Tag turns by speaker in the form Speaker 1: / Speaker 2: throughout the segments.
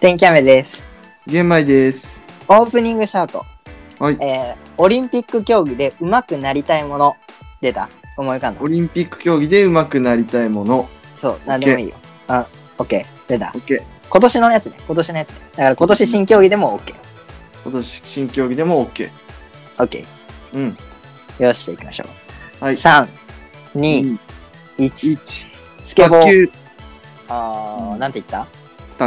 Speaker 1: 天キャメです。
Speaker 2: 玄米です。
Speaker 1: オープニングシャウト。
Speaker 2: はい。
Speaker 1: えー、オリンピック競技で上手くなりたいもの。出た。思い浮かんだ
Speaker 2: オ。リンピック競技で上手くなりたいもの。
Speaker 1: そう、なんでもいいよ。あ、オッケー。出た。
Speaker 2: OK。
Speaker 1: 今年のやつね。今年のやつね。だから今年新競技でもオッケー。
Speaker 2: 今年新競技でも OK。
Speaker 1: オッケ
Speaker 2: うん。
Speaker 1: ー。よし、じゃあ行きましょ
Speaker 2: は
Speaker 1: う。
Speaker 2: い。
Speaker 1: 三3、
Speaker 2: 2、
Speaker 1: 2、1、
Speaker 2: 1。
Speaker 1: スケボ
Speaker 2: 卓
Speaker 1: ー。
Speaker 2: 球。
Speaker 1: あー、なんて言った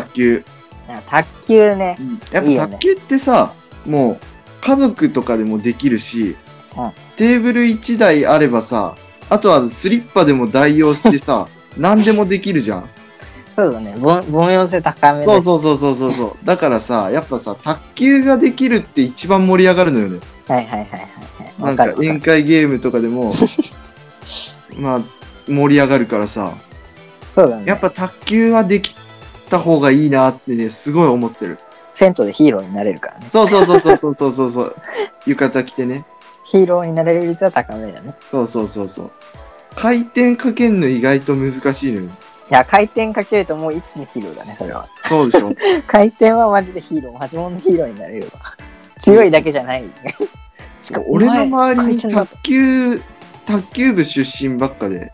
Speaker 2: 卓球。
Speaker 1: なんか卓球ね
Speaker 2: う。んや
Speaker 1: いい
Speaker 2: っ
Speaker 1: よ
Speaker 2: ぱ
Speaker 1: ね
Speaker 2: 卓球ってさ、もう家族とかでもできるし、
Speaker 1: うん
Speaker 2: テーブル1台あればさ、あとはスリッパでも代用し てさ、何でもできるじゃん。
Speaker 1: そうだね。ぼん凡庸性高めだ
Speaker 2: そうそうそうそうそうそう。だからさ、やっぱさ、卓球ができるって一番盛り上がるのよね。
Speaker 1: はいはいはいはいはい。
Speaker 2: な
Speaker 1: わ
Speaker 2: ん
Speaker 1: か
Speaker 2: か
Speaker 1: るわか
Speaker 2: 宴
Speaker 1: る。
Speaker 2: 会ゲームとか でも、まあ、盛り上がるからさ、
Speaker 1: そうだね。
Speaker 2: やっぱ卓球はできた方がいいなってね、すごい思ってる。
Speaker 1: 銭湯でヒーローになれるからね。
Speaker 2: そうそうそうそうそうそうそ うそう。浴衣着てね。
Speaker 1: ヒーローになれる率は高めだね。
Speaker 2: そうそうそうそう。回転かけんの意外と難しいのよ。
Speaker 1: いや、回転かけるともう一気にヒーローだね、それは。
Speaker 2: そうでしょ
Speaker 1: 回転はマジでヒーロー、マジモンのヒーローになれるわ。強いだけじゃ ない。しかも
Speaker 2: 俺の周りに
Speaker 1: 回転だった
Speaker 2: 卓球、卓球部出身ばっかで、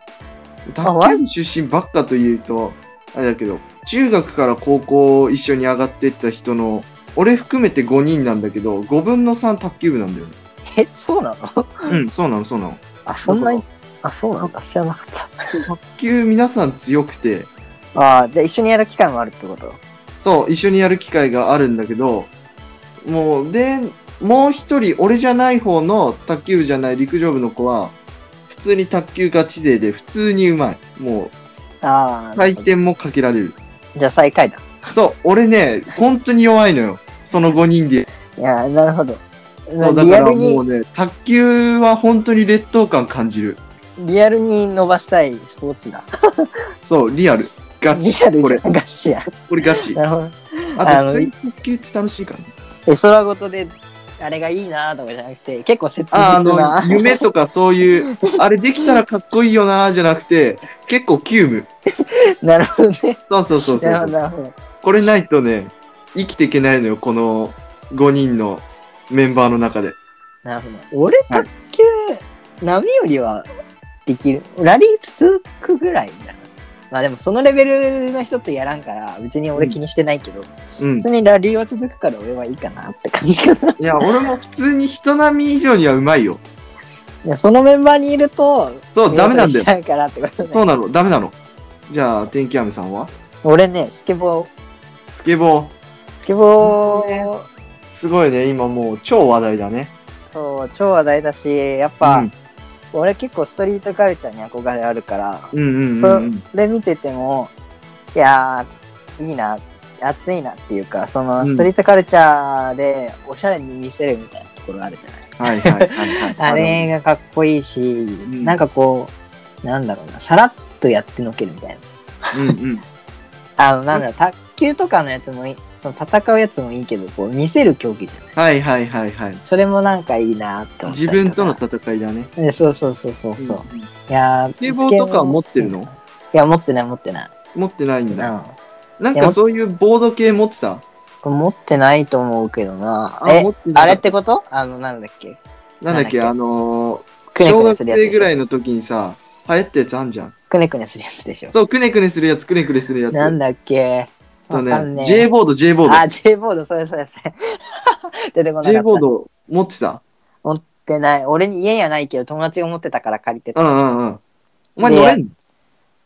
Speaker 2: 卓
Speaker 1: マ
Speaker 2: 球部出身ばっかというと、あれだけど、中学から高校一緒に上がってった人の、俺含めて5人なんだけど、5分の3卓球部なんだよね。
Speaker 1: え、そうなの
Speaker 2: うん、そうなの、そうなの。
Speaker 1: あ、そんなに、あ、そうなんだ。知らなかった。
Speaker 2: 卓球皆さん強くて、
Speaker 1: ああ、じゃあ一緒にやる機会もあるってこと
Speaker 2: そう、一緒にやる機会があるんだけど、もう、で、もう一人、俺じゃない方の卓球部じゃない陸上部の子は、普通に卓球ガチ勢で、普通にうまい。も
Speaker 1: ああ、
Speaker 2: う、回転もかけられる。
Speaker 1: じゃあ最下位だ。
Speaker 2: そう、俺ね、本当に弱いのよ。その5人で。
Speaker 1: いやー、なるほど。
Speaker 2: そうだ
Speaker 1: リ
Speaker 2: か
Speaker 1: ア
Speaker 2: ら
Speaker 1: ル
Speaker 2: もう
Speaker 1: に、
Speaker 2: ね、卓球は本当に劣等感感じる。
Speaker 1: リアルに伸ばしたいスポーツだ。
Speaker 2: そう、リアル。ガ
Speaker 1: リ
Speaker 2: チ
Speaker 1: ア。ル
Speaker 2: こ
Speaker 1: じ
Speaker 2: れ
Speaker 1: ゃ、んガチや。
Speaker 2: これガチ。
Speaker 1: なるほど。
Speaker 2: あ
Speaker 1: あ
Speaker 2: と、
Speaker 1: の
Speaker 2: 普通に卓球って楽しいからね。
Speaker 1: え、空ごとで、あれがいいなとかじゃなくて、結構切実
Speaker 2: あ
Speaker 1: な
Speaker 2: あ。の、夢とかそういう、あれできたらかっこいいよなーじゃなくて、結構急務。
Speaker 1: なるほどね。
Speaker 2: そうそうそうそ
Speaker 1: なるほど、
Speaker 2: うそう。
Speaker 1: なるほど。
Speaker 2: これないとね、生きていけないのよ、この5人のメンバーの中で。
Speaker 1: なるほど。俺、卓球、波よりはできる。ラリー続くぐらいだな。まあでも、そのレベルの人とやらんから、別に俺気にしてないけど、
Speaker 2: うん
Speaker 1: 普。通にラリーは続くから俺はいいかなって感じかな。
Speaker 2: いや、俺も普通に人並み以上にはうまいよ。
Speaker 1: いやそのメンバーにいると、
Speaker 2: そう、ダメなんだ
Speaker 1: 見劣りし
Speaker 2: よ
Speaker 1: ち。ゃうからってことね
Speaker 2: そうなの、ダメなの。じゃあ、天気雨さんは
Speaker 1: 俺ね、スケボー、
Speaker 2: スケボー。
Speaker 1: スケボー、
Speaker 2: すごいね、今もう超話題だね。
Speaker 1: そう、超話題だし、やっぱ、
Speaker 2: うん
Speaker 1: 俺結構ストリートカルチャーに憧れあるから、
Speaker 2: うんうんう
Speaker 1: そ
Speaker 2: んうん。
Speaker 1: れ見ててもいやーいいな熱いなっていうかその
Speaker 2: うん
Speaker 1: ストリートカルチャーでおしゃれに見せるみたいなところあるじゃない、
Speaker 2: はいはいはいはい。
Speaker 1: あれがかっこいいし、
Speaker 2: ん
Speaker 1: なんかこうなんだろうなさらっとやってのけるみたいな
Speaker 2: うんうん。
Speaker 1: あのなんだろう卓球とかのやつもいいその戦うやつもいいけどこう見せる競技じゃない
Speaker 2: はいはいはいはい。
Speaker 1: それもなんかいいなって思ったり
Speaker 2: 自分との
Speaker 1: か
Speaker 2: 戦いだね。
Speaker 1: えそうそうそうそうそう、
Speaker 2: うん
Speaker 1: いやー
Speaker 2: スケボーとかは持ってるの
Speaker 1: いや持ってない持ってない、
Speaker 2: 持ってないん
Speaker 1: うん、
Speaker 2: だ。
Speaker 1: こ
Speaker 2: なん
Speaker 1: いや
Speaker 2: かそういうボード系持ってた
Speaker 1: れ持ってないと思うけどな
Speaker 2: あ
Speaker 1: え
Speaker 2: 持ってな
Speaker 1: あ
Speaker 2: い
Speaker 1: れってことあの、なんだっけ
Speaker 2: なんだっけ、
Speaker 1: な
Speaker 2: あの
Speaker 1: く
Speaker 2: ー、
Speaker 1: ね
Speaker 2: 小
Speaker 1: くね
Speaker 2: 学
Speaker 1: するやつでし
Speaker 2: 生
Speaker 1: ょ。
Speaker 2: ぐらいの時にさ、流行ったやつあんじゃん。
Speaker 1: くねくねするやつでしょ。
Speaker 2: そう、くねくねするやつ、くねくねするやつ。
Speaker 1: なんだっけ
Speaker 2: あと
Speaker 1: わかんね
Speaker 2: ね、
Speaker 1: え
Speaker 2: J ボード、J ボー
Speaker 1: あ、J ボード、それそれそれ。 出てこなかっ
Speaker 2: ド。
Speaker 1: た。
Speaker 2: J ボード持ってた
Speaker 1: 持ってない。俺に家にはないけど、友達が持ってたから借りて
Speaker 2: う
Speaker 1: た。
Speaker 2: んうんうん。お前乗れんの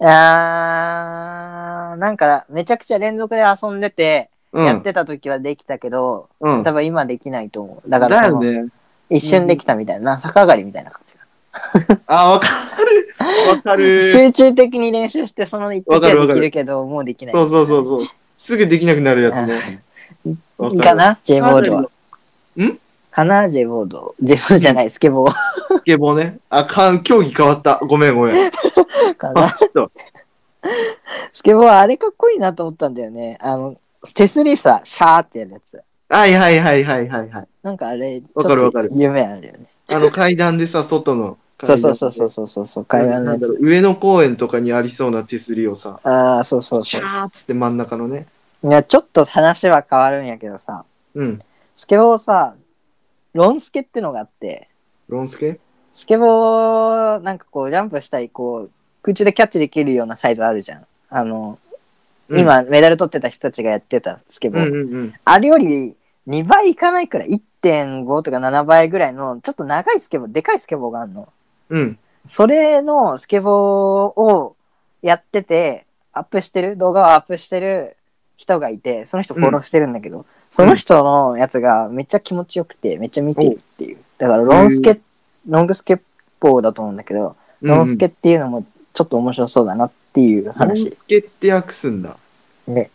Speaker 1: あー、なんか、めちゃくちゃ連続で遊んでて、
Speaker 2: うん
Speaker 1: やってた時はできたけど、
Speaker 2: うん
Speaker 1: 多。分今できないと思う。だから
Speaker 2: だ
Speaker 1: そ
Speaker 2: よ
Speaker 1: の、
Speaker 2: ね。
Speaker 1: 一瞬できたみたいな、逆上がりみたいな感じ。
Speaker 2: あ、わかる。わか る。
Speaker 1: 集中的に練習して、その一時
Speaker 2: わかる
Speaker 1: は
Speaker 2: わ
Speaker 1: で
Speaker 2: かる
Speaker 1: きるけど、もうできない。
Speaker 2: そうそうそうそう。すぐできなくなるやつね。わ
Speaker 1: か
Speaker 2: る。
Speaker 1: な ?J ボードは。
Speaker 2: ん
Speaker 1: かな ?J ボード。J ボードじゃない、スケボー
Speaker 2: スケボーね。あ、かん、競技変わった。ごめんご めん。
Speaker 1: かな
Speaker 2: あ、。ちょっと。
Speaker 1: スケボーはあれかっこいいなと思ったんだよね。あの、手すりさ、シャーってやるやつ。
Speaker 2: はいはいはいはいはいはい。
Speaker 1: なんかあれ、ちょ
Speaker 2: わかる
Speaker 1: っ
Speaker 2: わ
Speaker 1: と
Speaker 2: かる
Speaker 1: 夢あるよね。
Speaker 2: あの階段でさ、外の。
Speaker 1: そう そうそうそうそうそうそう、会話の
Speaker 2: な
Speaker 1: や
Speaker 2: んだろ
Speaker 1: つ。
Speaker 2: う上野公園とかにありそうな手すりをさ、
Speaker 1: ああ、そうそうそ
Speaker 2: シ
Speaker 1: う。
Speaker 2: ャーっつって真ん中のね。
Speaker 1: いや、ちょっと話は変わるんやけどさ、
Speaker 2: うん。
Speaker 1: スケボーさ、ロンスケってのがあって、
Speaker 2: ロンスケ
Speaker 1: スケボー、なんかこう、ジャンプしたり、こう、空中でキャッチできるようなサイズあるじゃん。あの、
Speaker 2: うん
Speaker 1: 今、メダル取ってた人たちがやってたスケボ
Speaker 2: う
Speaker 1: ー。
Speaker 2: んうんうん。
Speaker 1: あれより2倍いかないくらい、1.5とか7倍ぐらいの、ちょっと長いスケボー、でかいスケボーがあるの。
Speaker 2: うん。
Speaker 1: それのスケボーをやってて、アップしてる、動画をアップしてる人がいて、その人フォローしてるんだけど、その人のやつがめっちゃ気持ちよくて、めっちゃ見てるっていう。だから、ロンスケ、ロングスケボーだと思うんだけど、ロンスケっていうのもちょっと面白そうだなっていう
Speaker 2: うんうん。ロン
Speaker 1: 話。
Speaker 2: スケって訳すんだ。
Speaker 1: ね。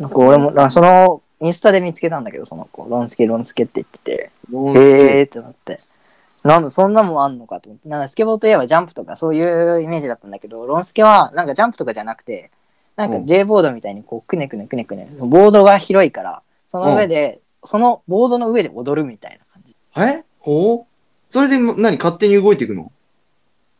Speaker 1: なんか俺も、なんかその、インスタで見つけたんだけど、その子、ロンスケ、ロンスケって言ってて。
Speaker 2: ロンス
Speaker 1: へ
Speaker 2: ケ。
Speaker 1: えーってなって。なんだ、そんなもんあんのかと思って。なんかスケボーといえばジャンプとかそういうイメージだったんだけど、ロンスケはなんかジャンプとかじゃなくて、なんか
Speaker 2: うん
Speaker 1: J ボードみたいにこう、くねくねくねくね、ボードが広いから、その上で、そのボードの上で踊るみたいな感じ。
Speaker 2: えほうそれでも何勝手に動いていくの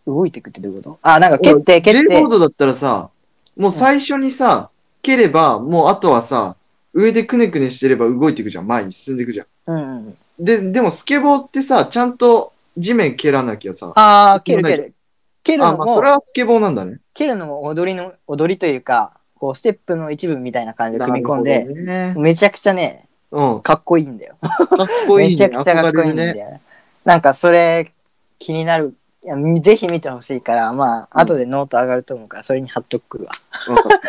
Speaker 1: 動いてくってどういうことあ、なんか蹴って蹴
Speaker 2: J
Speaker 1: っ
Speaker 2: ボ
Speaker 1: て
Speaker 2: ー。ドだったらさ、もう最初にさ、蹴れば、もうあとはさ、上でくねくねしてれば動いていくじゃん。前に進んでいくじゃ
Speaker 1: うんうん。
Speaker 2: ん。で、でもスケボーってさ、ちゃんと地面蹴らなきゃさ。あ、
Speaker 1: ああ、蹴る蹴る。蹴るの
Speaker 2: まあそ
Speaker 1: も
Speaker 2: れ、はスケボーなんだね。
Speaker 1: 蹴るのも踊りの、踊りというか、こう、ステップの一部みたいな感じで組み込ん
Speaker 2: な
Speaker 1: で、
Speaker 2: るほどね。
Speaker 1: めちゃくちゃね、
Speaker 2: うん。
Speaker 1: かっこいいんだよ。
Speaker 2: かっこいい、ね。
Speaker 1: めちゃくちゃかっこいいん
Speaker 2: 憧れる
Speaker 1: で、
Speaker 2: ね。
Speaker 1: なんかそれ気になるいやぜひ見てほしいからまあ、
Speaker 2: うん
Speaker 1: 後でノート上がると思うからそれに貼っとくわ
Speaker 2: わかっ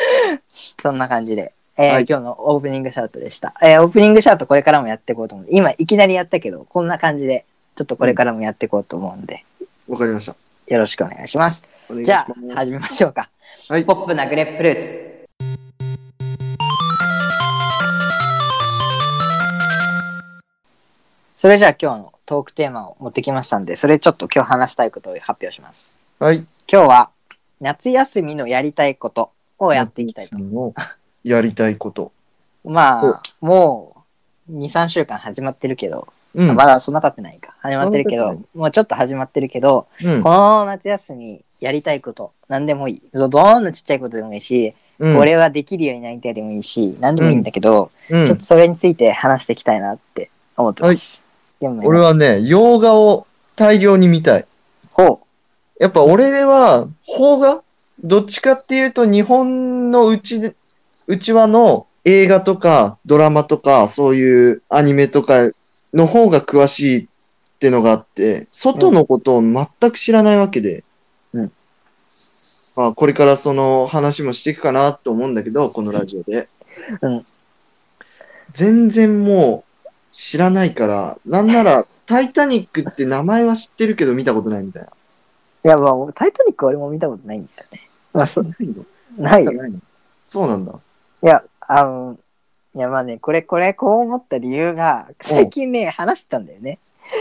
Speaker 2: た
Speaker 1: そんな感じで、えー
Speaker 2: はい
Speaker 1: 今日のオープニングシャウトでした、えーオープニングシャウトこれからもやっていこうと思う今いきなりやったけどこんな感じでちょっとこれからもやっていこうと思うんで、
Speaker 2: わかりました。
Speaker 1: よろしくお願いします
Speaker 2: お願いし
Speaker 1: じゃ
Speaker 2: ま
Speaker 1: あ
Speaker 2: す
Speaker 1: 始めましょうか
Speaker 2: はい
Speaker 1: ポ。ップなグレープフルーツそれじゃあ今日のトークテーマを持ってきましたんでそれちょっと今日話したいことを発表します
Speaker 2: はい。
Speaker 1: 今日は夏休みのやりたいことをやっていきたいと
Speaker 2: 夏休みのやりたいこと。
Speaker 1: まあもう23週間始まってるけど、
Speaker 2: うん。
Speaker 1: まだそんな経ってないか始まってるけ
Speaker 2: そんな経
Speaker 1: どもうちょっと始まってるけど、
Speaker 2: うん
Speaker 1: この夏休みやりたいこと何でもいいどどんなちっちゃいことでもいいし、
Speaker 2: うん、
Speaker 1: 俺はできるようになりたいでもいいし何でもいいんだけど、
Speaker 2: うん
Speaker 1: ちょっとそれについて話していきたいなって思ってます。でもね
Speaker 2: 俺はね、洋画を大量に見たい。
Speaker 1: ほ
Speaker 2: やっぱ俺は、邦画どっちかっていうと、日本のうちで、うちわの映画とかドラマとか、そういうアニメとかの方が詳しいってのがあって、外のことを全く知らないわけで、
Speaker 1: うん
Speaker 2: まあ、これからその話もしていくかなと思うんだけど、このラジオで。
Speaker 1: うん
Speaker 2: 全然もう知らないから、なんなら、タイタニックって名前は知ってるけど見たことないみた いな。
Speaker 1: う。いや、まあ、タイタニックは俺も見たことないんだよね。まあ、そ
Speaker 2: ないの
Speaker 1: ないよ。
Speaker 2: そうなんだ。
Speaker 1: いや、あの、いや、まあね、これ、これ、こう思った理由が、最近ね、話してたんだよね。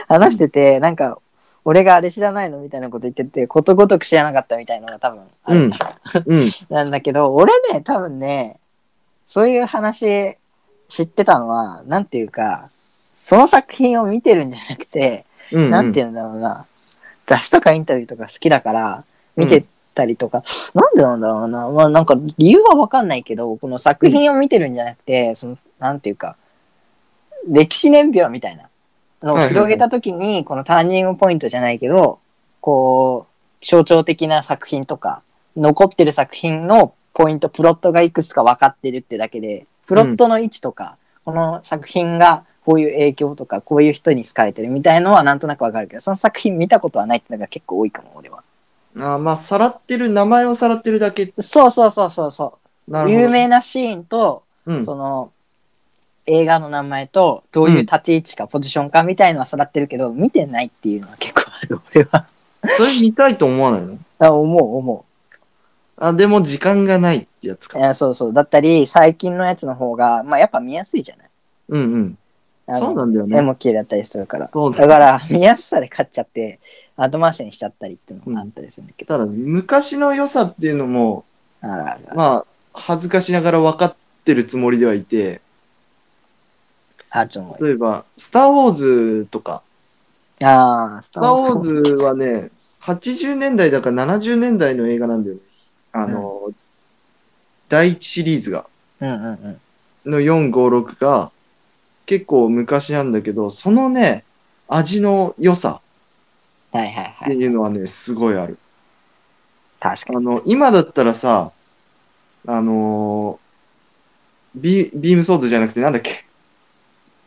Speaker 1: 話してて、なんか、俺があれ知らないのみたいなこと言ってて、ことごとく知らなかったみたいなのが多分あ
Speaker 2: う
Speaker 1: る、
Speaker 2: ん。うん。
Speaker 1: なんだけど、俺ね、多分ね、そういう話知ってたのは、なんていうか、その作品を見てるんじゃなくて、
Speaker 2: うん。
Speaker 1: なんて
Speaker 2: いう
Speaker 1: 言うんだろうな。雑誌とかインタビューとか好きだから、見てたりとか、なんでなんだろうな。まあなんか理由はわかんないけど、この作品を見てるんじゃなくて、その、なんていうか、歴史年表みたいなのを広げたときに、このターニングポイントじゃないけど、こう、象徴的な作品とか、残ってる作品のポイント、プロットがいくつか分かってるってだけで、プロットの位置とか、この作品がこういう影響とか、こういう人に好かれてるみたいのはなんとなく分かるけど、その作品見たことはないってのが結構多いかも、俺は。
Speaker 2: あーまあ、さらってる、名前をさらってるだけ。
Speaker 1: そうそうそうそうそ
Speaker 2: な
Speaker 1: う。
Speaker 2: るほど。
Speaker 1: 有名なシーンと、
Speaker 2: うん。
Speaker 1: その、映画の名前と、どういう立ち位置か、ポジションかみたいのはさらってるけど、見てないっていうのは結構ある、俺は。
Speaker 2: それ見たいと思わないの
Speaker 1: あ思う、思う。
Speaker 2: あ、でも時間がないってやつか。
Speaker 1: えーそうそう。だったり、最近のやつの方が、まあ、やっぱ見やすいじゃない
Speaker 2: うん
Speaker 1: あ
Speaker 2: う
Speaker 1: の
Speaker 2: ん。そうなんだよ
Speaker 1: 絵
Speaker 2: ね。
Speaker 1: も綺麗だったりするから。
Speaker 2: そうだ
Speaker 1: だから、見やすさで買っちゃって、後回しにしちゃったりっていうのもあったりするんだけど。
Speaker 2: ただ、昔の良さっていうのも、
Speaker 1: あらあら
Speaker 2: まあ、恥ずかしながら分かってるつもりではいて、
Speaker 1: あると思うよ。
Speaker 2: 例えば、スター・ウォーズとか、
Speaker 1: ああ、ス
Speaker 2: スター・ウォー
Speaker 1: ズ。
Speaker 2: ズはね、80年代だか70年代の映画なんだよね。あの、第一シリーズが。
Speaker 1: うんうんうん。
Speaker 2: の456が結構昔なんだけど、そのね、味の良さ
Speaker 1: はいはい
Speaker 2: っ
Speaker 1: は
Speaker 2: て
Speaker 1: い。
Speaker 2: いうのはね、すごいある。
Speaker 1: 確か
Speaker 2: あ
Speaker 1: に。
Speaker 2: の、今だったらさ、あのービ、ビームソードじゃなくてなんだっけ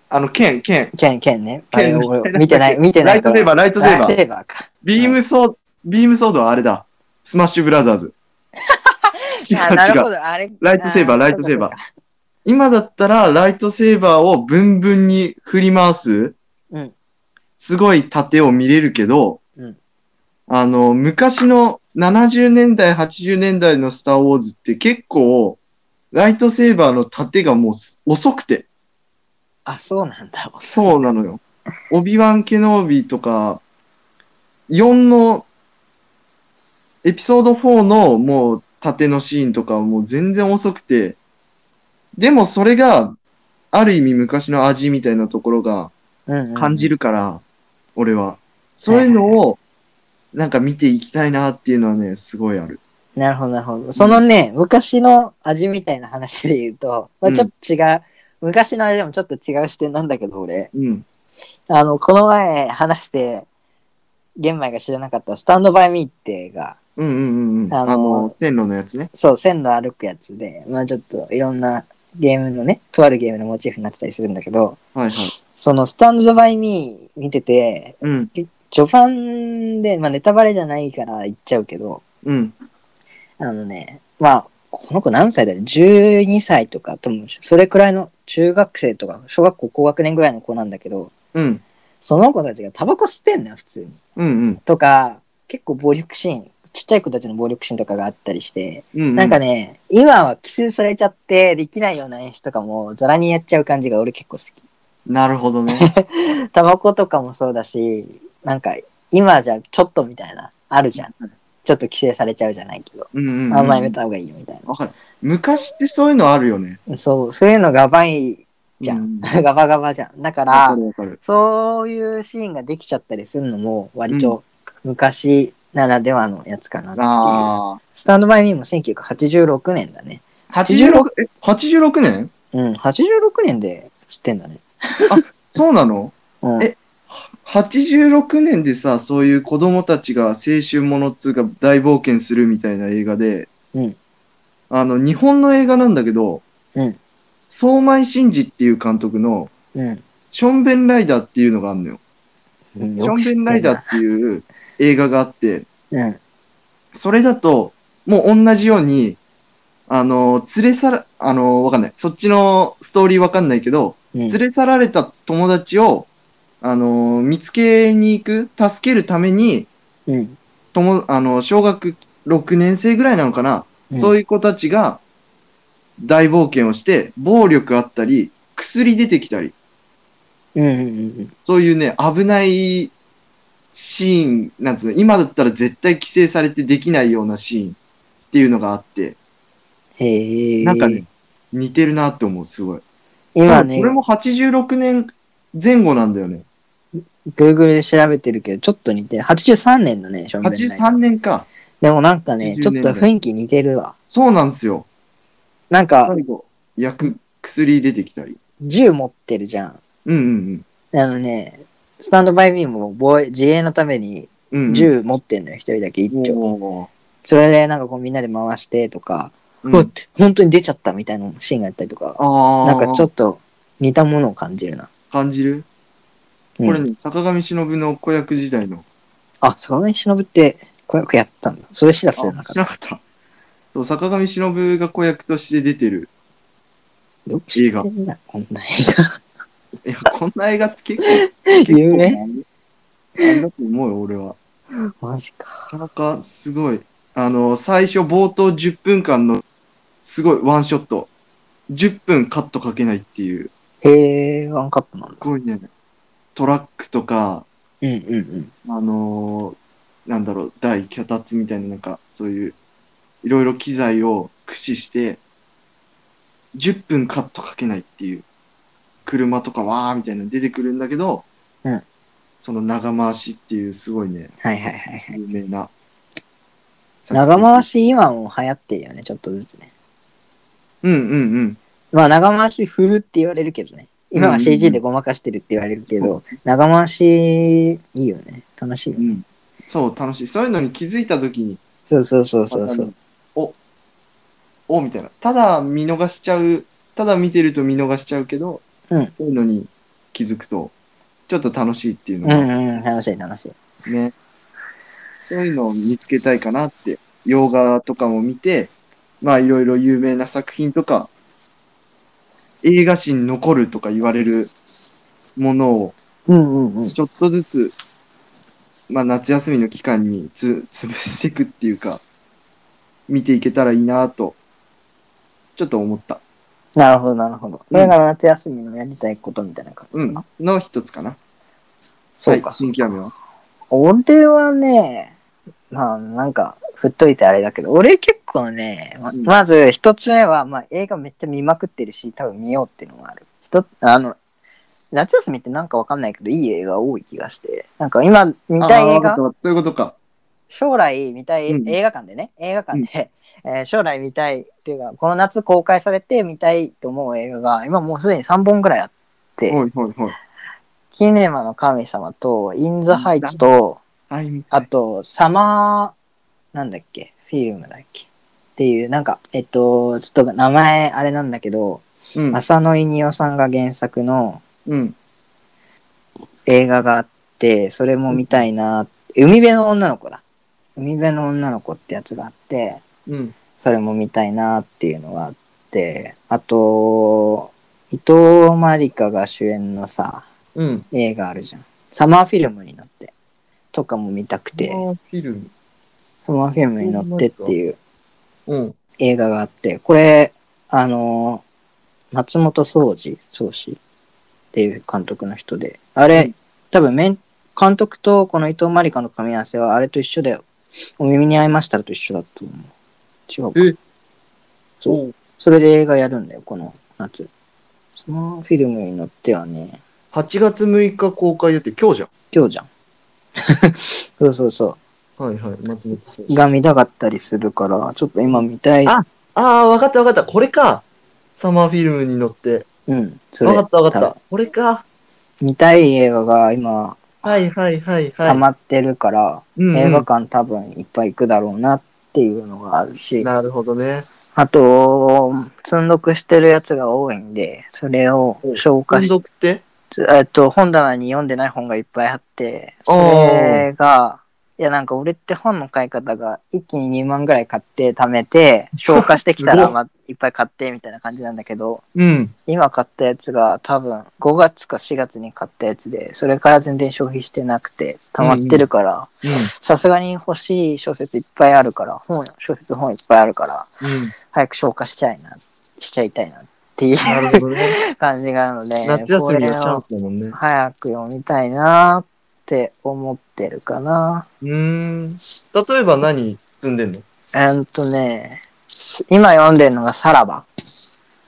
Speaker 2: あの、剣、剣。
Speaker 1: 剣、剣ね。あ
Speaker 2: 剣
Speaker 1: れ、俺見てない、見てな
Speaker 2: ラ
Speaker 1: い。
Speaker 2: イトセーバー、ライトセーバ
Speaker 1: ライ
Speaker 2: ー。
Speaker 1: トーか。
Speaker 2: ビームソード、ビームソードはあれだ。スマッシュブラザーズ。違
Speaker 1: あな
Speaker 2: う違
Speaker 1: る
Speaker 2: う
Speaker 1: ほ。ど、あれ。
Speaker 2: ライトセーバー
Speaker 1: あ
Speaker 2: ライトセーバー
Speaker 1: そうか
Speaker 2: 今だったらライトセーバーをブンブンに振り回す、
Speaker 1: うん
Speaker 2: すごい盾を見れるけど、
Speaker 1: うん
Speaker 2: あの、昔の70年代、80年代のスターウォーズって結構、ライトセーバーの盾がもうす遅くて、
Speaker 1: そうか。あ、そうなんだ。
Speaker 2: そうなのよ。オビワン・ケノービーとか、4の、エピソード4のもう盾のシーンとかはもう全然遅くて、でもそれが、ある意味昔の味みたいなところが
Speaker 1: うんうん
Speaker 2: 感じるから、俺は。そういうのを、なんか見ていきたいなっていうのはね、すごいある。
Speaker 1: なるほど、なるほど。そのね、昔の味みたいな話で言うと、まあ、ちょっと違う、昔のあれでもちょっと違う視点なんだけど、俺。
Speaker 2: うん。
Speaker 1: あの、この前話して、玄米が知らなかった、スタンドバイミーってが、
Speaker 2: うんうんうんうん。
Speaker 1: あ
Speaker 2: あ
Speaker 1: の
Speaker 2: の線路のやつね。
Speaker 1: そう、線路歩くやつで、まあちょっといろんなゲームのね、とあるゲームのモチーフになってたりするんだけど、
Speaker 2: はいはい。
Speaker 1: そのスタンドバイミー見てて、
Speaker 2: うん。
Speaker 1: 序盤で、まあネタバレじゃないから言っちゃうけど、
Speaker 2: うん。
Speaker 1: あのね、まあ、この子何歳だよ ?12 歳とか、とも、それくらいの中学生とか、小学校高学年ぐらいの子なんだけど、
Speaker 2: うん。
Speaker 1: その子たちがタバコ吸ってんのよ、普通に。
Speaker 2: うんうん。
Speaker 1: とか、結構暴力シーン、ちっちゃい子たちの暴力シーンとかがあったりして、
Speaker 2: うん、うん。
Speaker 1: なんかね、今は規制されちゃって、できないような演出とかも、ざらにやっちゃう感じが俺結構好き。
Speaker 2: なるほ どね。
Speaker 1: タバコとかもそうだし、なんか、今じゃちょっとみたいな、あるじゃん。ちょっと規制されちゃうじゃないけど、
Speaker 2: うんうん、うん。
Speaker 1: あんまやめた方がいいよみたいな。
Speaker 2: わかる。昔ってそういうのあるよね。
Speaker 1: そう、そういうのがばいじゃ。
Speaker 2: うん ん
Speaker 1: ガバガバじゃん。だか、
Speaker 2: わからるわかる。
Speaker 1: そういうシーンができちゃったりするのも、割と昔ならではのやつかなっていう。
Speaker 2: あ
Speaker 1: スタンドバイミーも1986年だね。
Speaker 2: あ。86、え、86年
Speaker 1: うん、86年で吸ってんだね。
Speaker 2: そうなの
Speaker 1: うん。
Speaker 2: え ?86 年でさ、そういう子供たちが青春ものっつうか大冒険するみたいな映画で、
Speaker 1: うん
Speaker 2: あの、日本の映画なんだけど、
Speaker 1: うん
Speaker 2: 相米真二っていう監督の、
Speaker 1: うん。
Speaker 2: ションベンライダーっていうのがあるのよ。
Speaker 1: うん
Speaker 2: ションベンライダーっていう映画があって、
Speaker 1: ー。
Speaker 2: それだと、もう同じように、あの、連れ去ら、あの、わかんない。そっちのストーリーわかんないけど、
Speaker 1: うん。うん
Speaker 2: 連れ去られた友達を、あの、見つけに行く、助けるために、
Speaker 1: うん。
Speaker 2: とも、あの、小学6年生ぐらいなのかな、そう
Speaker 1: い
Speaker 2: いう子たちが大冒険をして、暴力あったり、薬出てきたり、
Speaker 1: うん。うんうん
Speaker 2: そういうね、危ないシーン、なんつうの、今だったら絶対規制されてできないようなシーンっていうのがあって、
Speaker 1: うん。へえ。
Speaker 2: なんかね、似てるなって思う、すごい。
Speaker 1: 今ね
Speaker 2: そ、れも86年前後なんだよね。
Speaker 1: Google で調べてるけど、ちょっと似てる。83年だね、ションベンライダー。
Speaker 2: 83年か。
Speaker 1: でもなんかね、ちょ
Speaker 2: 80
Speaker 1: っ
Speaker 2: 年
Speaker 1: と
Speaker 2: 代
Speaker 1: 雰囲気似てるわ。
Speaker 2: そうなんですよ。
Speaker 1: なんか、
Speaker 2: 最後、薬、薬出てきたり。
Speaker 1: 銃持ってるじゃん。
Speaker 2: うんうん
Speaker 1: あのね、スタンドバイミーも防衛自衛のために
Speaker 2: うん。うん、
Speaker 1: 銃持ってんのよ、一人だけ一丁。
Speaker 2: おー
Speaker 1: それでなんかこうみんなで回してとか、
Speaker 2: う
Speaker 1: うんわって本当に出ちゃったみたいなシーンがあったりとか、
Speaker 2: あ
Speaker 1: なんかちょっ
Speaker 2: っと
Speaker 1: と似たものを感じるな。
Speaker 2: 感じる、
Speaker 1: うん
Speaker 2: これね、坂上忍の子役時代の。
Speaker 1: あ、坂上忍って子役やったんだ。それ知らせなか
Speaker 2: あ
Speaker 1: っ
Speaker 2: 知
Speaker 1: た。
Speaker 2: らなかった。そう、坂上忍が子役として出てる。
Speaker 1: よく知ってんな、こんな映
Speaker 2: いや、こんな映画って結構、
Speaker 1: 画。 有名
Speaker 2: あれだと思うよ、俺は。
Speaker 1: マジか。
Speaker 2: なかなかすごい。あの、最初冒頭10分間の、すごいワンショット。10分カットかけないっていう。
Speaker 1: へえ、ワンカットなん
Speaker 2: す
Speaker 1: だ。
Speaker 2: ごいね。トラックとか、
Speaker 1: うんうんうん。
Speaker 2: あのーなんだろう、台、脚立みたいな、なんか、そういう、いろいろ機材を駆使して、10分カットかけないっていう、車とかわーみたいなの出てくるんだけど、
Speaker 1: うん
Speaker 2: その長回しっていう、すごいね、
Speaker 1: はいはいはいはい。
Speaker 2: 有名な。
Speaker 1: 長回し今も流行ってるよね、ちょっとずつね。
Speaker 2: うんうんうん。
Speaker 1: まあ長回し風って言われるけどね。今は CG でごまかしてるって言われるけど、長回しいいよね。楽しいよね。
Speaker 2: ん、そう楽しいそういうのに気づいた時に
Speaker 1: そうそうそうそうそう。
Speaker 2: おおみたいなただ見逃しちゃうただ見てると見逃しちゃうけど、
Speaker 1: うん
Speaker 2: そういうのに気づくとちょっと楽しいっていうの
Speaker 1: う
Speaker 2: がね、
Speaker 1: んうん、楽しい楽しい。
Speaker 2: そういうのを見つけたいかなって洋画とかも見てまあいろいろ有名な作品とか映画史に残るとか言われるものを
Speaker 1: うんうんうん。
Speaker 2: ちょっとずつ、まあ、夏休みの期間につ潰していくっていうか、見ていけたらいいなと、ちょっと思った。
Speaker 1: なるほどなるほど。これが夏休みのやりたいことみたいな感じ
Speaker 2: う
Speaker 1: か
Speaker 2: ん
Speaker 1: な。。
Speaker 2: の一つかな。
Speaker 1: そうか
Speaker 2: はい、。新規雨は。
Speaker 1: 俺はね、まあなんか、振っといてあれだけど、俺結構ね、ま
Speaker 2: うん
Speaker 1: まず一つ目は、まあ映画めっちゃ見まくってるし、多分見ようっていうのもある。一つあの、夏休みってなんかわかんないけど、いい映画多い気がして、なんか今見たい
Speaker 2: あー
Speaker 1: 映
Speaker 2: わか
Speaker 1: 画
Speaker 2: った、わかったそういうことか。
Speaker 1: 将来見たい、
Speaker 2: うん
Speaker 1: 映画館でね、映画館で、 えー将来見たいっていうか、この夏公開されて見たいと思う映画が、今もうすでに3本ぐらいあって、
Speaker 2: ほいほいほい。
Speaker 1: キネマの神様と、イン・ザ・ハイツと、
Speaker 2: はい、見たい
Speaker 1: あと、サマー、なんだっけ、フィルムだっけっていう、なんか、えっと、ちょっと名前あれなんだけど、
Speaker 2: うん。
Speaker 1: 浅野いにおさんが原作の
Speaker 2: うん。
Speaker 1: 映画があって、それも見たいな、海辺の女の子だ。海辺の女の子ってやつがあって、
Speaker 2: うん。
Speaker 1: それも見たいなっていうのがあって、あと、伊藤まりかが主演のさ、
Speaker 2: うん。
Speaker 1: 映画あるじゃん。サマーフィルムになって、とかも見たくて
Speaker 2: あ、ーフィルム。
Speaker 1: サマーフィルムに乗ってっていう
Speaker 2: うん。
Speaker 1: 映画があって、これ、あのー松本総司、総司っていう監督の人で、あれ、
Speaker 2: うん
Speaker 1: 多分メン、監督とこの伊藤まりかの組み合わせはあれと一緒だよ。お耳に合いましたらと一緒だと思う。違うか。そう
Speaker 2: おう。
Speaker 1: それで映画やるんだよ、この夏。そのフィルムに乗ってはね、
Speaker 2: 8月6日公開やって、今日じゃん。
Speaker 1: 今 日じゃん。そうそうそ
Speaker 2: はいはい、松本さん
Speaker 1: う。が見たかったりするから、ちょっと今見たい。
Speaker 2: あああ、わかったわかった。これか。サマーフィルムに乗って。
Speaker 1: うん、それ
Speaker 2: わかったわかっ
Speaker 1: 多
Speaker 2: た。これ
Speaker 1: 分
Speaker 2: か。
Speaker 1: 見たい映画が今、
Speaker 2: はいはいはいはい。
Speaker 1: 溜まってるから、
Speaker 2: うんうん
Speaker 1: 映画館多分いっぱい行くだろうなっていうのがあるし、
Speaker 2: なるほどね。
Speaker 1: あと、積んどくしてるやつが多いんで、それを消化
Speaker 2: 存
Speaker 1: し、
Speaker 2: 続って
Speaker 1: えっと、本棚に読んでない本がいっぱいあって、
Speaker 2: お
Speaker 1: そ
Speaker 2: ー
Speaker 1: れが、いやなんか俺って本の買い方が一気に2万ぐらい買って貯めて、消化してきた
Speaker 2: す
Speaker 1: ら
Speaker 2: ごい
Speaker 1: まあいっぱい買ってみたいな感じなんだけど、
Speaker 2: うん。
Speaker 1: 今買ったやつが多分5月か4月に買ったやつで、それから全然消費してなくて溜まってるから、さすがに欲しい小説いっぱいあるから、本、小説本いっぱいあるから、早く消化しちゃいな、しちゃいたいなっていう
Speaker 2: うん。なるほど ね。
Speaker 1: 感じがあるので、
Speaker 2: 夏休みのチャン
Speaker 1: こ
Speaker 2: スだもんね
Speaker 1: れを。早く読みたいなって思ってるかな。
Speaker 2: うーん。例えば何積んでんの
Speaker 1: えんとね、す今読んでるのがさらば。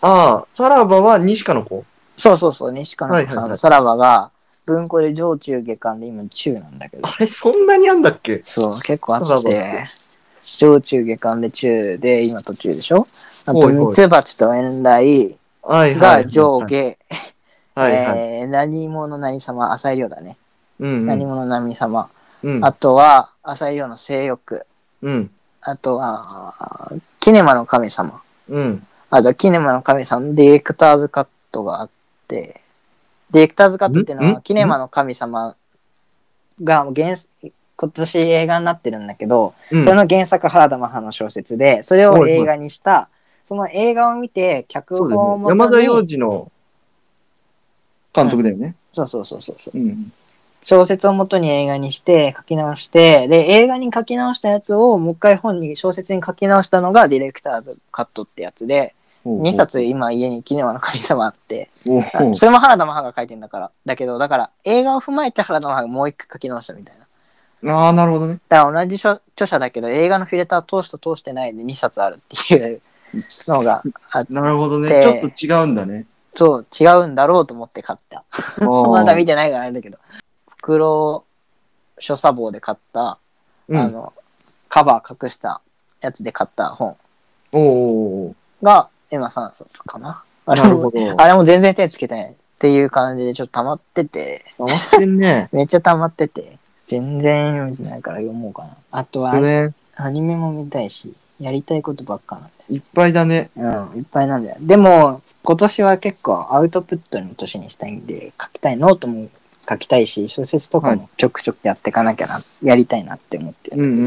Speaker 2: ああ、さらばは西かの子
Speaker 1: そうそうそう、西川
Speaker 2: はい
Speaker 1: さん
Speaker 2: はいは
Speaker 1: の
Speaker 2: い
Speaker 1: さらばが、文庫で上中下巻で今中なんだけど、
Speaker 2: あれ、そんなにあんだっけ
Speaker 1: そう、結構あ
Speaker 2: さら
Speaker 1: っ
Speaker 2: ばってて、
Speaker 1: 上中下巻で中で、今途中でしょあと、
Speaker 2: おいおい
Speaker 1: ミツバチと遠雷、
Speaker 2: はいは
Speaker 1: が
Speaker 2: い。
Speaker 1: 上。下、
Speaker 2: はいはい。
Speaker 1: えー何者何様、浅井亮だね。
Speaker 2: うんう
Speaker 1: 何
Speaker 2: ん。
Speaker 1: 者何様。
Speaker 2: うん
Speaker 1: あとは、浅井亮の性欲。
Speaker 2: うん。
Speaker 1: あとは、キネマの神様。
Speaker 2: うん。
Speaker 1: あと、キネマの神様のディレクターズカットがあって、ディレクターズカットっていうの
Speaker 2: ん
Speaker 1: は、
Speaker 2: ん
Speaker 1: キネマの神様が原作今年映画になってるんだけど、
Speaker 2: うん
Speaker 1: それの原作原田マハの小説で、それを映画にした、その映画を見て、脚
Speaker 2: そうだ
Speaker 1: 本を
Speaker 2: よね。
Speaker 1: も
Speaker 2: 山
Speaker 1: と
Speaker 2: 田
Speaker 1: に、
Speaker 2: 洋次の監督だよね。
Speaker 1: そうそうそうそうそう。
Speaker 2: うん。
Speaker 1: 小説を元に映画にして書き直してで映画に書き直したやつをもう一回本に小説に書き直したのがディレクターズカットってやつで
Speaker 2: ほうほう
Speaker 1: 2。冊今家に「キネマの神様」あって
Speaker 2: ほうほう
Speaker 1: それも原田マハが書いてんだからだけどだから映画を踏まえて原田マハがもう一回書き直したみたいな
Speaker 2: ああ、なるほどね。
Speaker 1: だから同じ書著者だけど映画のフィルター通しと通してないで2冊あるっていうの があっ
Speaker 2: なるほどね。
Speaker 1: で
Speaker 2: ちょっと違うんだ ね。
Speaker 1: そう違うんだろうと思って買った
Speaker 2: あー
Speaker 1: まだ見てないからあれだけど袋書作房で買った
Speaker 2: うん
Speaker 1: あの、カバー隠したやつで買った本
Speaker 2: おうおうおう
Speaker 1: が、今3冊かな。あれ
Speaker 2: なるほ
Speaker 1: も、
Speaker 2: ど。
Speaker 1: あれも全然手つけてないっていう感じでちょっと溜まってて、
Speaker 2: 溜まってんね。
Speaker 1: めっちゃ溜まってて、全然読めてないから読もうかな。あと は
Speaker 2: そ、れ、
Speaker 1: アニメも見たいし、やりたいことばっかなん
Speaker 2: いっぱいだね。
Speaker 1: だよ。うん、いっぱいなんだよ。でも、今年は結構アウトプットの年にしたいんで、書きたいノートも書きたいし、小説とかもちょくちょくやっていかなきゃな、やりたいなって思って
Speaker 2: うん
Speaker 1: る。
Speaker 2: うんう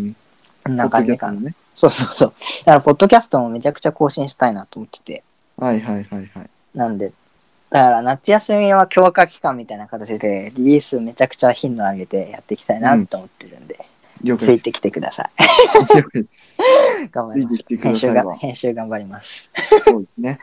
Speaker 2: んうん。
Speaker 1: こんな感じかな。
Speaker 2: ポ
Speaker 1: そ
Speaker 2: ッドキャストのね。
Speaker 1: うそうそう。だから、ポッドキャストもめちゃくちゃ更新したいなと思ってて。
Speaker 2: はいはいはいはい。
Speaker 1: なんで、だから夏休みは強化期間みたいな形で、リリースめちゃくちゃ頻度上げてやっていきたいなと思ってるんで、
Speaker 2: 了
Speaker 1: つ
Speaker 2: 解
Speaker 1: い
Speaker 2: で
Speaker 1: てきてくださ
Speaker 2: す。了解です。
Speaker 1: い。頑張
Speaker 2: つ
Speaker 1: り
Speaker 2: い
Speaker 1: ま
Speaker 2: て
Speaker 1: す。
Speaker 2: きてく
Speaker 1: 編
Speaker 2: だ
Speaker 1: 集
Speaker 2: さい
Speaker 1: が、
Speaker 2: は。
Speaker 1: 編集頑張ります。
Speaker 2: そうですね。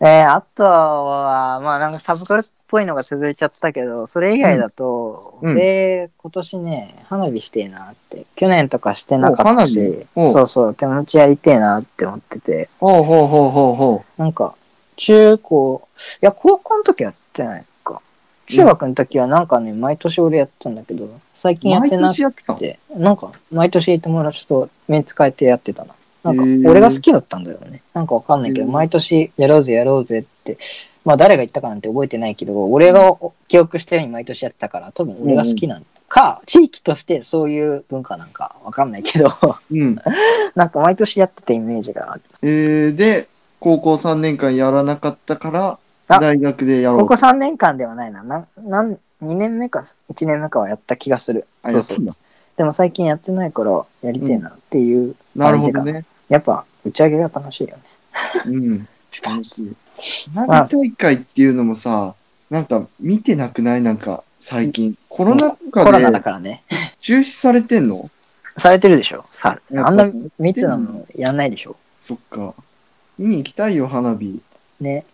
Speaker 1: えー、あとは、まあなんかサブカルっぽいのが続いちゃったけど、それ以外だと、
Speaker 2: うんうん
Speaker 1: 俺、今年ね、花火してえなって、去年とかしてなかった
Speaker 2: お
Speaker 1: し、
Speaker 2: 花火お
Speaker 1: そうそう、手持ちやりてえなって思ってて、
Speaker 2: ほうほうほうほうほ
Speaker 1: なんか、中高、いや、高校の時やってないか。中学の時はなんかね、毎年俺やってたんだけど、最
Speaker 2: う。
Speaker 1: 近やっ
Speaker 2: 毎
Speaker 1: てな
Speaker 2: 年やってた
Speaker 1: く
Speaker 2: の
Speaker 1: て、なんか、毎年友達と目使えてやってたな。なん
Speaker 2: へ
Speaker 1: か、
Speaker 2: ー
Speaker 1: 俺が好きだったんだよね。なんかわかんないけど、
Speaker 2: うん
Speaker 1: 毎年やろうぜやろうぜって、まあ誰が言ったかなんて覚えてないけど、俺が記憶したように毎年やってたから、多分俺が好きなんか、地域としてそういう文化なんかわかんないけど、
Speaker 2: うん。
Speaker 1: なんか毎年やってたイメージがある。
Speaker 2: えー、で、高校3年間やらなかったから、
Speaker 1: あ
Speaker 2: 大学でやろ
Speaker 1: こ
Speaker 2: う
Speaker 1: こ。3年間ではないな。なん、なん、2年目か、1年目かはやった気がする。
Speaker 2: あ
Speaker 1: そうそう
Speaker 2: やったんだ
Speaker 1: でも最近やってないから、やりてえなっていう
Speaker 2: なる
Speaker 1: 感
Speaker 2: ほ
Speaker 1: じ
Speaker 2: ど
Speaker 1: が。
Speaker 2: ね。
Speaker 1: やっぱ、打ち上げが楽しいよね。
Speaker 2: うん。楽しい。花火大会っていうのもさ、なんか見てなくないなんか最近。コロナ
Speaker 1: コ
Speaker 2: 禍
Speaker 1: ロナだ
Speaker 2: で
Speaker 1: からね。
Speaker 2: 中止されてんの
Speaker 1: されてるでしょさ
Speaker 2: やっぱ
Speaker 1: あんな密なのやんないでしょ
Speaker 2: そっか。見に行きたいよ、花火。
Speaker 1: ね。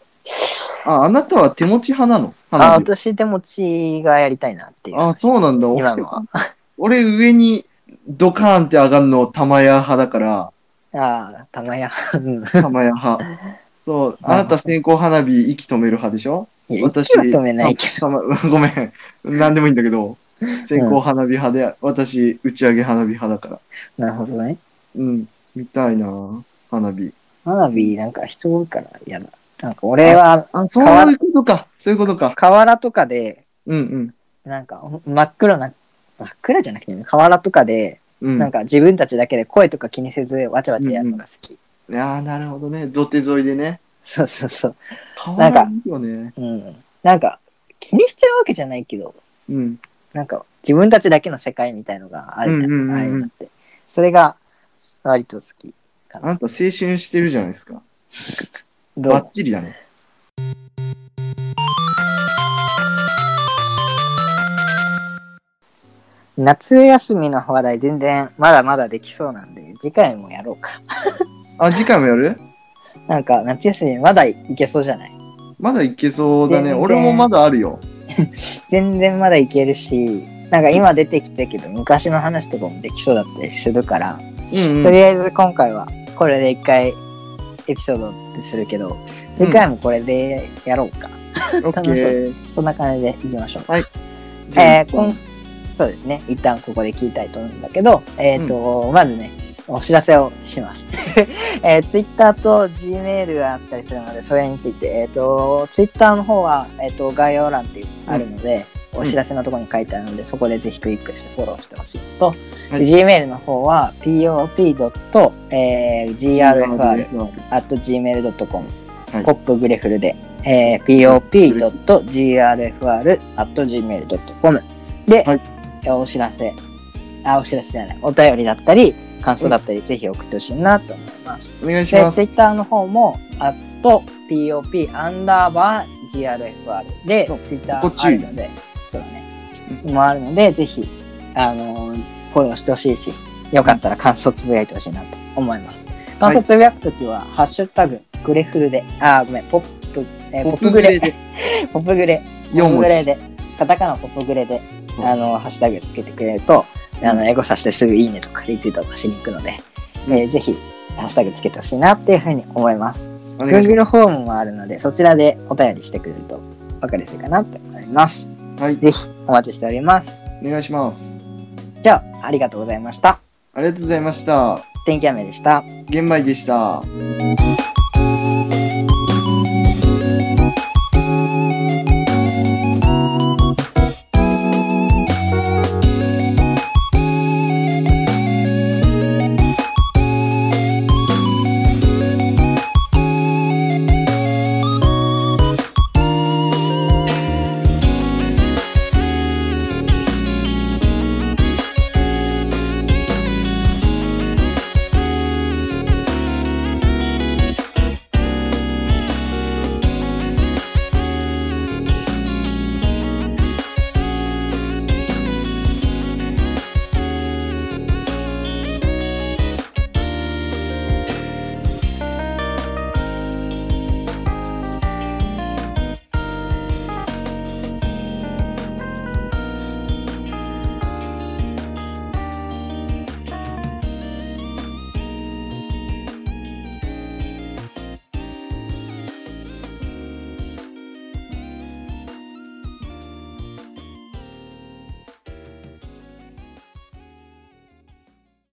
Speaker 2: あ、あなたは手持ち派なの
Speaker 1: あ、
Speaker 2: 花火。
Speaker 1: 私手持ちがやりたいなっていう。
Speaker 2: あそうなんだ。
Speaker 1: 今
Speaker 2: 俺
Speaker 1: のは。
Speaker 2: 俺上にドカーンって上がるの玉屋派だから、
Speaker 1: ああ、たまや。うん
Speaker 2: 玉屋派。そう、あなた線香花火息止める派でしょ
Speaker 1: いや
Speaker 2: 私
Speaker 1: 息は止めないけ
Speaker 2: ど。た ごめん。何でもいいんだけど、線香花火派で、私、打ち上げ花火派だから。
Speaker 1: ど。なるほどね。
Speaker 2: うん、見たいな花火。
Speaker 1: 花火なんか人多いから嫌だ。なんか俺は、
Speaker 2: あ、そういうことか。そういうことか。
Speaker 1: 河原とかで、
Speaker 2: うん
Speaker 1: なんかほん真っ暗な真っ暗じゃなくてね河原とかで、
Speaker 2: うん。うん、
Speaker 1: なんか自分たちだけで声とか気にせずわちゃわちゃやるのが好き、
Speaker 2: いやーなるほどね。土手沿いでね。
Speaker 1: そうそうそう
Speaker 2: 変
Speaker 1: な
Speaker 2: わ
Speaker 1: んから
Speaker 2: んよね。
Speaker 1: うんなんか気にしちゃうわけじゃないけど
Speaker 2: うん。
Speaker 1: なんか自分たちだけの世界みたいのがあるじゃん,、
Speaker 2: うんうんうんうん
Speaker 1: ああいうのってそれが割と好きかな
Speaker 2: あなた青春してるじゃないですか。
Speaker 1: ど
Speaker 2: バッ
Speaker 1: う
Speaker 2: チリだね。
Speaker 1: 夏休みの話題全然まだまだできそうなんで次回もやろうか
Speaker 2: あ、次回もやる
Speaker 1: なんか夏休みまだいけそうじゃない
Speaker 2: まだいけそうだ
Speaker 1: 全
Speaker 2: ね。
Speaker 1: 然
Speaker 2: 俺もまだあるよ。
Speaker 1: 全然まだいけるしなんか今出てきたけど昔の話とかもできそうだったりするから、
Speaker 2: うん、う
Speaker 1: と
Speaker 2: ん。
Speaker 1: りあえず今回はこれで一回エピソードってするけど次回もこれでやろうか、
Speaker 2: オッケー。
Speaker 1: そんな感じでいきましょう、
Speaker 2: はい
Speaker 1: えーこんそうですね一旦ここで聞いたいと思うんだけどえっ、と、まずねお知らせをします。 えー、Twitter と Gmail があったりするので、それについて、えっ、と、Twitter の方は、えっ、と、概要欄っていうあるので、
Speaker 2: ん
Speaker 1: お知らせのところに書いてあるので、そこでぜひクリックしてフォローしてほしいのと、
Speaker 2: い
Speaker 1: Gmail の方は pop.grfr.gmail.com、
Speaker 2: はい
Speaker 1: ポップグレフルで、えー、pop.grfr.gmail.com で、
Speaker 2: は
Speaker 1: えー
Speaker 2: い
Speaker 1: お知らせ、あ、お知らせじゃない、お便りだったり、感想だったり、ぜひ送ってほしいなと思います。
Speaker 2: お願いし
Speaker 1: で、
Speaker 2: ま
Speaker 1: ツ
Speaker 2: す
Speaker 1: イ。ッターの方も、あと、pop アンダーバー grfr で
Speaker 2: そう、
Speaker 1: ツイッタ
Speaker 2: こっ
Speaker 1: ー
Speaker 2: ち
Speaker 1: あるので、そうだね。もあるので、ぜひ、あのーフォローしてほしいし、よかったら感想つぶやいてほしいなと思います。感想つぶやくときは、ハッシュタグ、グレフルで、あー、ごめん、ポップ、えー
Speaker 2: ポ
Speaker 1: ポッ
Speaker 2: ップ
Speaker 1: プ
Speaker 2: グ
Speaker 1: グ
Speaker 2: レ
Speaker 1: レ、
Speaker 2: で
Speaker 1: ポップグレ、ポ
Speaker 2: 4
Speaker 1: ップグレ
Speaker 2: 文字。
Speaker 1: で、カタカナポップグレで、
Speaker 2: そう
Speaker 1: あの、ハッシュタグつけてくれると、あの、エゴさしてすぐいいねとかリツイートとかしに行くので、えーぜひ、ハッシュタグつけてほしいなっていうふうに思います。
Speaker 2: お願いし
Speaker 1: Google フォームもあるので、そちらでお便りしてくれると分かりやすいかなって思います。
Speaker 2: ます。はい。
Speaker 1: ぜひ、お待ちしております。
Speaker 2: お願いします。
Speaker 1: じゃあ、ありがとうございました。
Speaker 2: ありがとうございました。
Speaker 1: 天気雨でした。
Speaker 2: 玄米でした。